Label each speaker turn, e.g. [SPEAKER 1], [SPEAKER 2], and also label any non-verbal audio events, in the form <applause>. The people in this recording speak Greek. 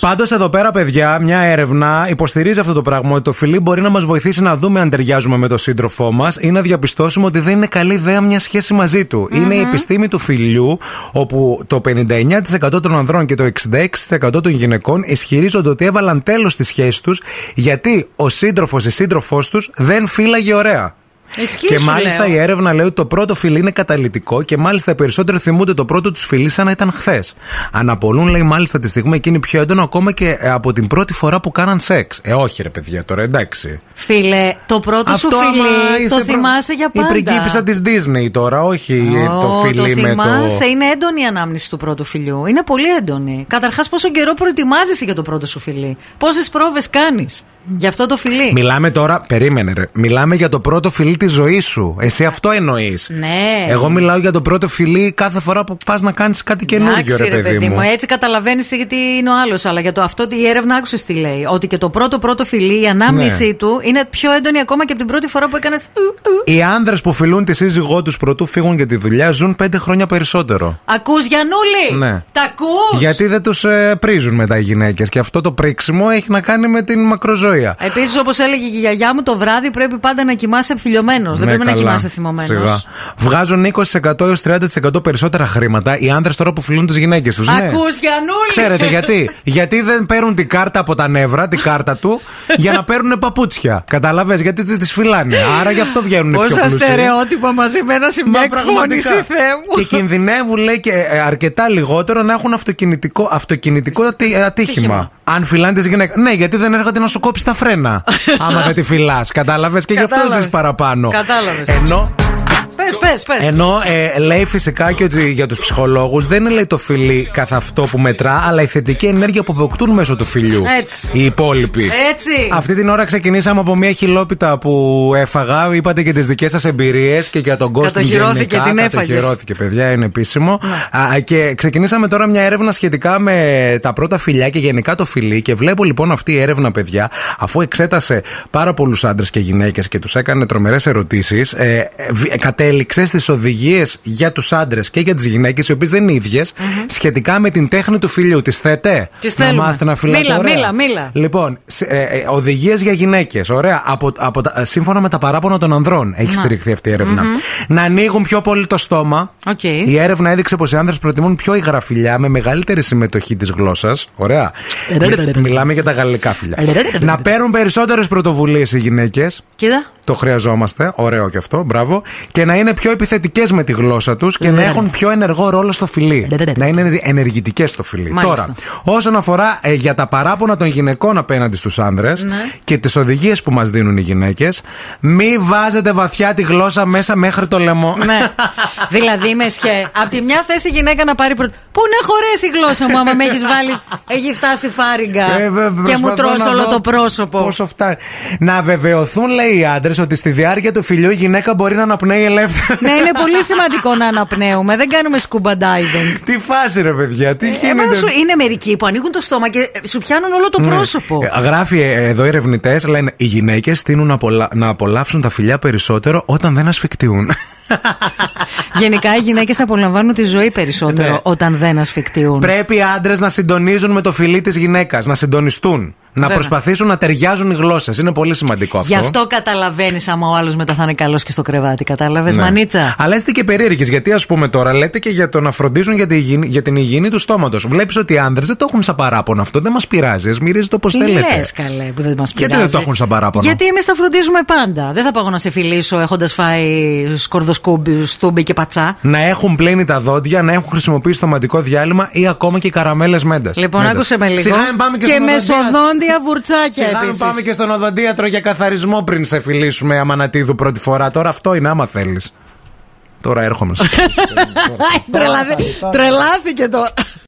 [SPEAKER 1] Πάντως εδώ πέρα, παιδιά, μια έρευνα υποστηρίζει αυτό το πράγμα ότι το φιλί μπορεί να μας βοηθήσει να δούμε αν ταιριάζουμε με τον σύντροφό μας ή να διαπιστώσουμε ότι δεν είναι καλή ιδέα μια σχέση μαζί του. Mm-hmm. Είναι η επιστήμη του φιλιού, όπου το 59% των ανδρών και το 66% των γυναικών ισχυρίζονται ότι έβαλαν τέλος στη σχέση τους γιατί ο σύντροφος ή σύντροφός τους δεν φύλαγε ωραία.
[SPEAKER 2] Ισχύει,
[SPEAKER 1] και
[SPEAKER 2] σου
[SPEAKER 1] μάλιστα
[SPEAKER 2] λέω.
[SPEAKER 1] η έρευνα λέει ότι το πρώτο φιλί είναι καταλητικό και μάλιστα οι περισσότεροι θυμούνται το πρώτο τους φιλί σαν να ήταν χθες. Αναπολούν, λέει, μάλιστα τη στιγμή εκείνη πιο έντονο ακόμα και ε, από την πρώτη φορά που κάναν σεξ. Ε, όχι, ρε παιδιά, τώρα εντάξει.
[SPEAKER 2] Φίλε, το πρώτο σου
[SPEAKER 1] άμα
[SPEAKER 2] φιλί
[SPEAKER 1] είσαι
[SPEAKER 2] το
[SPEAKER 1] προ-
[SPEAKER 2] θυμάσαι για πάντα.
[SPEAKER 1] Η πριγκίπισσα της Disney τώρα, όχι ε,
[SPEAKER 2] Ω,
[SPEAKER 1] το φιλί με
[SPEAKER 2] θυμάσαι,
[SPEAKER 1] το.
[SPEAKER 2] είναι έντονη η ανάμνηση του πρώτου φιλιού. Είναι πολύ έντονη. Καταρχάς, πόσο καιρό προετοιμάζεσαι για το πρώτο σου φιλί. Πόσες πρόβες κάνεις για αυτό το φιλί.
[SPEAKER 1] Μιλάμε τώρα, περίμενε ρε. Μιλάμε για το πρώτο φιλί της ζωής σου. Εσύ αυτό εννοείς.
[SPEAKER 2] Ναι.
[SPEAKER 1] Εγώ μιλάω για το πρώτο φιλί κάθε φορά που πας να κάνεις κάτι καινούργιο,
[SPEAKER 2] Εντάξει,
[SPEAKER 1] ρε παιδί, μου.
[SPEAKER 2] Έτσι καταλαβαίνεις γιατί είναι ο άλλος. Αλλά για το αυτό η έρευνα άκουσες τι λέει. Ότι και το πρώτο πρώτο φιλί, η ανάμνησή
[SPEAKER 1] Ναι.
[SPEAKER 2] του είναι πιο έντονη ακόμα και από την πρώτη φορά που έκανες.
[SPEAKER 1] Οι άνδρες που φιλούν τη σύζυγό τους πρωτού φύγουν για τη δουλειά ζουν πέντε χρόνια περισσότερο.
[SPEAKER 2] Ακούς Γιανούλη!
[SPEAKER 1] Ναι.
[SPEAKER 2] Τα ακούς!
[SPEAKER 1] Γιατί δεν τους πρίζουν μετά οι γυναίκες. Και αυτό το πρίξιμο έχει να κάνει με την μακροζωία.
[SPEAKER 2] Επίσης, όπως έλεγε και η γιαγιά μου, το βράδυ πρέπει πάντα να κοιμάσαι φιλιωμένο. Δεν
[SPEAKER 1] Ναι,
[SPEAKER 2] πρέπει να
[SPEAKER 1] καλά.
[SPEAKER 2] κοιμάσαι
[SPEAKER 1] Σιγά.
[SPEAKER 2] θυμωμένο.
[SPEAKER 1] Βγάζουν 20% έω 30% περισσότερα χρήματα οι άνδρες τώρα που φιλούν τις γυναίκες τους. Ναι.
[SPEAKER 2] Ακούς Γιανούλη! <laughs>
[SPEAKER 1] Ξέρετε γιατί. γιατί δεν παίρνουν την κάρτα από τα νεύρα, την κάρτα του, για να παίρνουν παπούτσια. Καταλαβες, γιατί δεν τις φυλάνε. Άρα γι' αυτό βγαίνουν πιο
[SPEAKER 2] Πόσα
[SPEAKER 1] πλούσιοι.
[SPEAKER 2] στερεότυπα μαζί με ένα
[SPEAKER 1] Μα
[SPEAKER 2] σημείο εκφώνηση,
[SPEAKER 1] πραγματικά.
[SPEAKER 2] Θεέ
[SPEAKER 1] Και
[SPEAKER 2] μου.
[SPEAKER 1] κινδυνεύουν, λέει, και ε, αρκετά λιγότερο να έχουν αυτοκινητικό, αυτοκινητικό ατι- ε, ατύχημα.
[SPEAKER 2] Ατύχημα.
[SPEAKER 1] Αν φυλάνε τη γυναίκα. Ναι, γιατί δεν έρχονται να σου κόψει τα
[SPEAKER 2] <laughs>
[SPEAKER 1] φρένα. άμα δεν τη φυλάς. Κατάλαβες και γι' αυτό
[SPEAKER 2] Κατάλαβες.
[SPEAKER 1] ζει παραπάνω.
[SPEAKER 2] Κατάλαβες.
[SPEAKER 1] Ενώ,
[SPEAKER 2] <laughs> Πες, πες, πες.
[SPEAKER 1] ενώ ε, λέει φυσικά και ότι για τους ψυχολόγους δεν είναι λέει το φιλί καθ' αυτό που μετρά, αλλά η θετική ενέργεια που αποκτούν μέσω του φιλιού.
[SPEAKER 2] Έτσι.
[SPEAKER 1] Οι υπόλοιποι.
[SPEAKER 2] Έτσι.
[SPEAKER 1] Αυτή την ώρα ξεκινήσαμε από μια χιλόπιτα που έφαγα. Είπατε και τις δικές σας εμπειρίες και για τον κόσμο.
[SPEAKER 2] Κατοχυρώθηκε,
[SPEAKER 1] γενικά.
[SPEAKER 2] την έφαγες. Ναι.
[SPEAKER 1] Κατοχυρώθηκε, παιδιά, είναι επίσημο. Α, και ξεκινήσαμε τώρα μια έρευνα σχετικά με τα πρώτα φιλιά και γενικά το φιλί. Και βλέπω λοιπόν αυτή η έρευνα, παιδιά, αφού εξέτασε πάρα πολλούς άντρες και γυναίκες και τους έκανε τρομερές ερωτήσεις, ε, ε, βι- ε, κατέληξε στις οδηγίες για τους άντρες και για τις γυναίκες, οι οποίες δεν είναι ίδιες, σχετικά με την τέχνη του φιλιού. Τις θέτε,
[SPEAKER 2] Τις
[SPEAKER 1] να
[SPEAKER 2] θέλουμε.
[SPEAKER 1] μάθει να φυλάτε
[SPEAKER 2] Μίλα,
[SPEAKER 1] ωραία.
[SPEAKER 2] μίλα, μίλα.
[SPEAKER 1] Λοιπόν, οδηγίες για γυναίκες. Ωραία. Από, από τα, σύμφωνα με τα παράπονα των ανδρών έχει στηριχθεί αυτή η ερευνα Να ανοίγουν πιο πολύ το στόμα.
[SPEAKER 2] Οκ.
[SPEAKER 1] Η έρευνα έδειξε πως οι άνδρες προτιμούν πιο υγρά φιλιά με μεγαλύτερη συμμετοχή της γλώσσας. Ωραία. Μι- Μιλάμε για τα γαλλικά φιλιά. να παίρνουν περισσότερες πρωτοβουλίες οι γυναίκες.
[SPEAKER 2] Κοίτα.
[SPEAKER 1] Το χρειαζόμαστε. Ωραίο και αυτό. Μπράβο. Και να είναι πιο επιθετικές με τη γλώσσα τους
[SPEAKER 2] Ναι.
[SPEAKER 1] και να έχουν πιο ενεργό ρόλο στο φιλί. να είναι ενεργητικές στο φιλί.
[SPEAKER 2] Μάλιστα.
[SPEAKER 1] Τώρα, όσον αφορά ε, για τα παράπονα των γυναικών απέναντι στους άνδρες
[SPEAKER 2] Ναι.
[SPEAKER 1] και τις οδηγίες που μας δίνουν οι γυναίκες, μη βάζετε βαθιά τη γλώσσα μέσα μέχρι το λαιμό. <laughs>
[SPEAKER 2] Ναι. δηλαδή με σχέ. Απ' τη μια θέση η γυναίκα να πάρει πρώτη. Πού να χωρέσει η γλώσσα μου, άμα με έχεις βάλει. Έχει φτάσει φάριγγα.
[SPEAKER 1] Ε, βε-
[SPEAKER 2] και
[SPEAKER 1] προσπαθώ
[SPEAKER 2] μου τρώσει
[SPEAKER 1] να
[SPEAKER 2] όλο
[SPEAKER 1] δω
[SPEAKER 2] το πρόσωπο.
[SPEAKER 1] Πόσο φτάνει. Να βεβαιωθούν, λέει οι άντρες, ότι στη διάρκεια του φιλιού η γυναίκα μπορεί να αναπνέει ελεύθερα.
[SPEAKER 2] ναι, είναι πολύ σημαντικό να αναπνέουμε. Δεν κάνουμε scuba diving.
[SPEAKER 1] <laughs> Τι φάση, ρε παιδιά, τι
[SPEAKER 2] Ε, μα
[SPEAKER 1] γίνεται.
[SPEAKER 2] σου- είναι μερικοί που ανοίγουν το στόμα και ε, σου πιάνουν όλο το
[SPEAKER 1] Ναι.
[SPEAKER 2] πρόσωπο.
[SPEAKER 1] Ε, Γράφει ε, εδώ οι ερευνητές, λένε οι γυναίκες τείνουν να, απολα... να απολαύσουν τα φιλιά περισσότερο όταν δεν
[SPEAKER 2] <laughs>
[SPEAKER 1] ασφικτιούν.
[SPEAKER 2] Γενικά οι γυναίκες απολαμβάνουν τη ζωή περισσότερο
[SPEAKER 1] Ναι.
[SPEAKER 2] όταν δεν ασφικτιούν.
[SPEAKER 1] Πρέπει οι άντρες να συντονίζουν με το φιλί της γυναίκας, να συντονιστούν. Να
[SPEAKER 2] Βέβαια.
[SPEAKER 1] προσπαθήσουν να ταιριάζουν οι γλώσσες. Είναι πολύ σημαντικό αυτό.
[SPEAKER 2] Γι' αυτό καταλαβαίνεις άμα ο άλλος μετά θα είναι καλός και στο κρεβάτι. Κατάλαβες,
[SPEAKER 1] Ναι.
[SPEAKER 2] Μανίτσα.
[SPEAKER 1] Αλλά είστε και περίεργες. Γιατί, ας πούμε, τώρα λέτε και για το να φροντίζουν για, τη υγιεινή- για την υγιεινή του στόματος. Βλέπεις ότι οι άντρε δεν το έχουν σαν παράπονο αυτό. Δεν μας πειράζει. ας μυρίζετε όπω
[SPEAKER 2] Τι
[SPEAKER 1] θέλετε.
[SPEAKER 2] λες, καλέ που δεν μας πειράζει.
[SPEAKER 1] Γιατί δεν το έχουν σαν παράπονο.
[SPEAKER 2] Γιατί εμείς τα φροντίζουμε πάντα. Δεν θα πάω να σε φιλήσω έχοντας φάει σκορδοσκούμπι, στούμπι και πατσά.
[SPEAKER 1] Να έχουν πλένει τα δόντια, να έχουν χρησιμοποιήσει το μαντικό διάλειμμα ή ακόμα και καραμέλες μέντες.
[SPEAKER 2] Λοιπόν, άκουσε με λίγο.
[SPEAKER 1] Σιγά μην πάμε και,
[SPEAKER 2] και
[SPEAKER 1] στον οδοντίατρο.
[SPEAKER 2] μεσοδόντια βουρτσάκια
[SPEAKER 1] Σιγά μην
[SPEAKER 2] επίσης.
[SPEAKER 1] πάμε και στον οδοντίατρο για καθαρισμό πριν σε φιλήσουμε αμανατίδου πρώτη φορά. Τώρα αυτό είναι, άμα θέλεις. Τώρα έρχομαι. στο-
[SPEAKER 2] Τρελαθεί- Τρελάθηκε τώρα.